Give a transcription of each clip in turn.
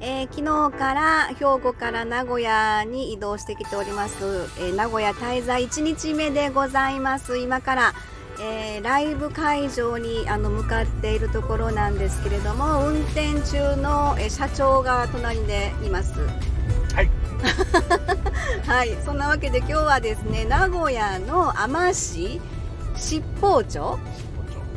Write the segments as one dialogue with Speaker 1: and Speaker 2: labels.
Speaker 1: えー昨日から兵庫から名古屋に移動してきております、えー名古屋滞在1日目でございます今から、えーライブ会場にあの向かっているところなんですけれども運転中の、えー社長が隣でいます
Speaker 2: はい。
Speaker 1: はいそんなわけで今日はですね名古屋の海士市七宝町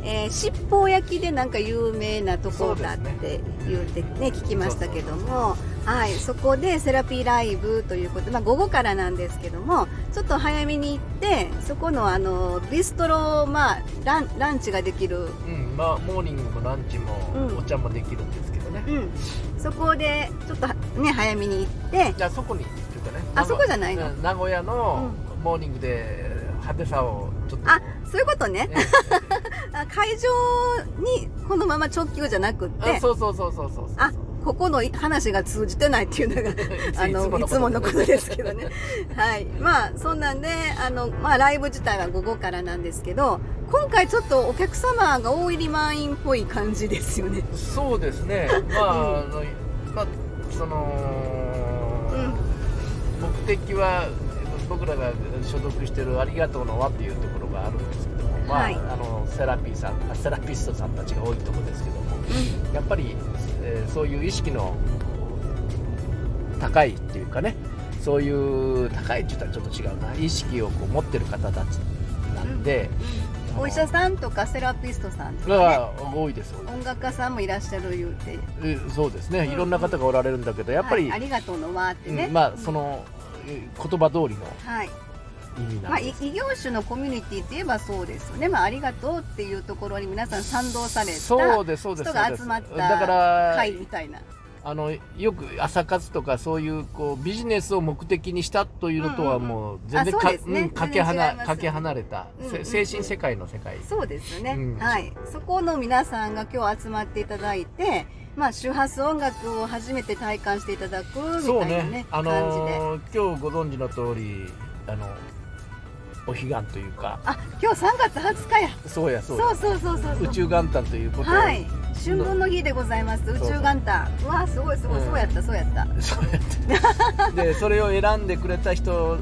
Speaker 1: えー、七宝焼きでなんか有名なところだって言うてね聞きましたけどもはい、そこでセラピーライブということで、まあ、午後からなんですけどもちょっと早めに行ってそこのあのビストロ、まあ、ランランチができる、
Speaker 2: うん、まあ、モーニングもランチも
Speaker 1: うん
Speaker 2: お茶もできるんですけどね。
Speaker 1: うん、そこでちょっとはね早めに行って
Speaker 2: じゃあ、そこに、っていうかね。
Speaker 1: あそこじゃないの
Speaker 2: うん名古屋のモーニングで派手さをちょっと。
Speaker 1: あそういうことね
Speaker 2: え
Speaker 1: あ会場にこのまま直球じゃなくっ
Speaker 2: えあ
Speaker 1: て
Speaker 2: そうそうそうそうそうそう。
Speaker 1: あここの話が通じてないっていうのが あのいつものことですけどね。はい、まあそんなんであの、まあ、ライブ自体は午後からなんですけど今回ちょっとお客様が大入り満員っぽい感じですよね。
Speaker 2: そうですね。まあ、あの、まあ、その、
Speaker 1: うん
Speaker 2: 目的は僕らが所属してるありがとうの輪っていうところがあるんですけども、まあ、
Speaker 1: はい
Speaker 2: あのセラピーさん、あセラピストさんたちが多いところですけども、
Speaker 1: う
Speaker 2: やっぱり、えーそういう意識のこう高いっていうかね、そういう高いって言ったらちょっと違うな、意識をこう持ってる方たちなんで、あの
Speaker 1: お医者さんとかセラピストさんとか、ね、
Speaker 2: が多いです。多いです
Speaker 1: 音楽家さんもいらっしゃる言うて
Speaker 2: えそうですね、
Speaker 1: ん
Speaker 2: いろんな方がおられるんだけど、やっぱり、
Speaker 1: はいありがとうの輪ってね、
Speaker 2: うんまあそのえー言葉通りの
Speaker 1: はい
Speaker 2: 意味
Speaker 1: ま
Speaker 2: な
Speaker 1: あ、
Speaker 2: ん
Speaker 1: い
Speaker 2: です、
Speaker 1: 異業種のコミュニティといえばそうですよね、まあ、ありがとうっていうところに皆さん賛同された
Speaker 2: そうですそうです
Speaker 1: 人が
Speaker 2: そうで
Speaker 1: 集
Speaker 2: す
Speaker 1: まった
Speaker 2: だから、
Speaker 1: 会みたいな。
Speaker 2: あのよく朝活とかそういうこうビジネスを目的にしたというのとは
Speaker 1: うんうんうん
Speaker 2: もう全然
Speaker 1: あ
Speaker 2: か
Speaker 1: そうですね
Speaker 2: うんかけ
Speaker 1: 全然違いま
Speaker 2: 離
Speaker 1: す
Speaker 2: かけ離れた、
Speaker 1: うんうん
Speaker 2: せ
Speaker 1: うん
Speaker 2: 精神世界の世界
Speaker 1: そうですね、
Speaker 2: うん
Speaker 1: はい、そこの皆さんが今日集まっていただいて、まあ、周波数音楽を初めて体感していただくみ
Speaker 2: そう
Speaker 1: たいな、ね
Speaker 2: ねあのー今日ご存知の通りあのお彼岸というか
Speaker 1: 感じであ今日3月20日や
Speaker 2: そうやそ
Speaker 1: そうう
Speaker 2: や
Speaker 1: そうそうそう
Speaker 2: 宇宙元旦ということを
Speaker 1: はい春分の日でございます宇宙元旦うわすごいすごい、
Speaker 2: うん
Speaker 1: そうやったそうやった
Speaker 2: そうやってでそれを選んでくれた人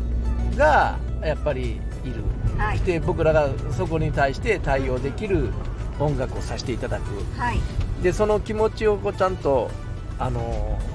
Speaker 2: がやっぱりいる、
Speaker 1: はい
Speaker 2: で僕らがそこに対して対応できる音楽をさせていただく
Speaker 1: はい
Speaker 2: でその気持ちをこうちゃんと、あのー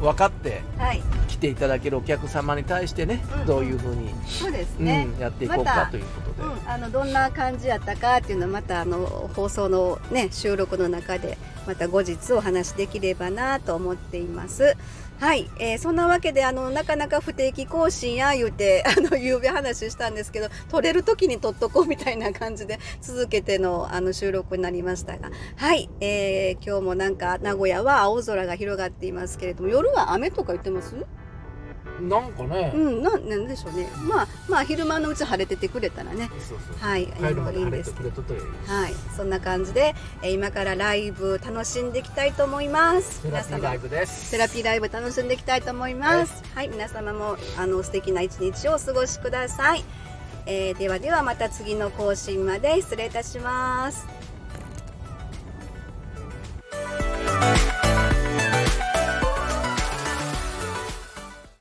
Speaker 2: 分かって
Speaker 1: はい
Speaker 2: 来ていただけるお客様に対してね、
Speaker 1: うん
Speaker 2: どういうふうに、
Speaker 1: そうです
Speaker 2: うん
Speaker 1: ね、
Speaker 2: やっていこう
Speaker 1: ま
Speaker 2: か
Speaker 1: た
Speaker 2: ということで、
Speaker 1: うん、あのどんな感じやったかっていうのはまたあの放送の、ね、収録の中でまた後日お話しできればなと思っています。はい、えーそんなわけであのなかなか不定期更新や言うて あの夕べ話したんですけど撮れる時に撮っとこうみたいな感じで続けてのあの収録になりましたがはい、えー今日もなんか名古屋は青空が広がっていますけれども夜は雨とか言ってます
Speaker 2: なんかね、
Speaker 1: うんななんでしょうねまあまあ昼間のうち晴れててくれたらね
Speaker 2: そうそう
Speaker 1: はい
Speaker 2: 帰るまで
Speaker 1: いいん
Speaker 2: 晴
Speaker 1: で
Speaker 2: れ
Speaker 1: す
Speaker 2: て
Speaker 1: けど
Speaker 2: くれとという
Speaker 1: はい、そんな感じで、えー今からライブ楽しんでいきたいと思います。
Speaker 2: セラピーライブです
Speaker 1: セラピーライブ楽しんでいきたいと思います。はい、皆様もあの素敵な一日をお過ごしください。えーではではまた次の更新まで失礼いたします。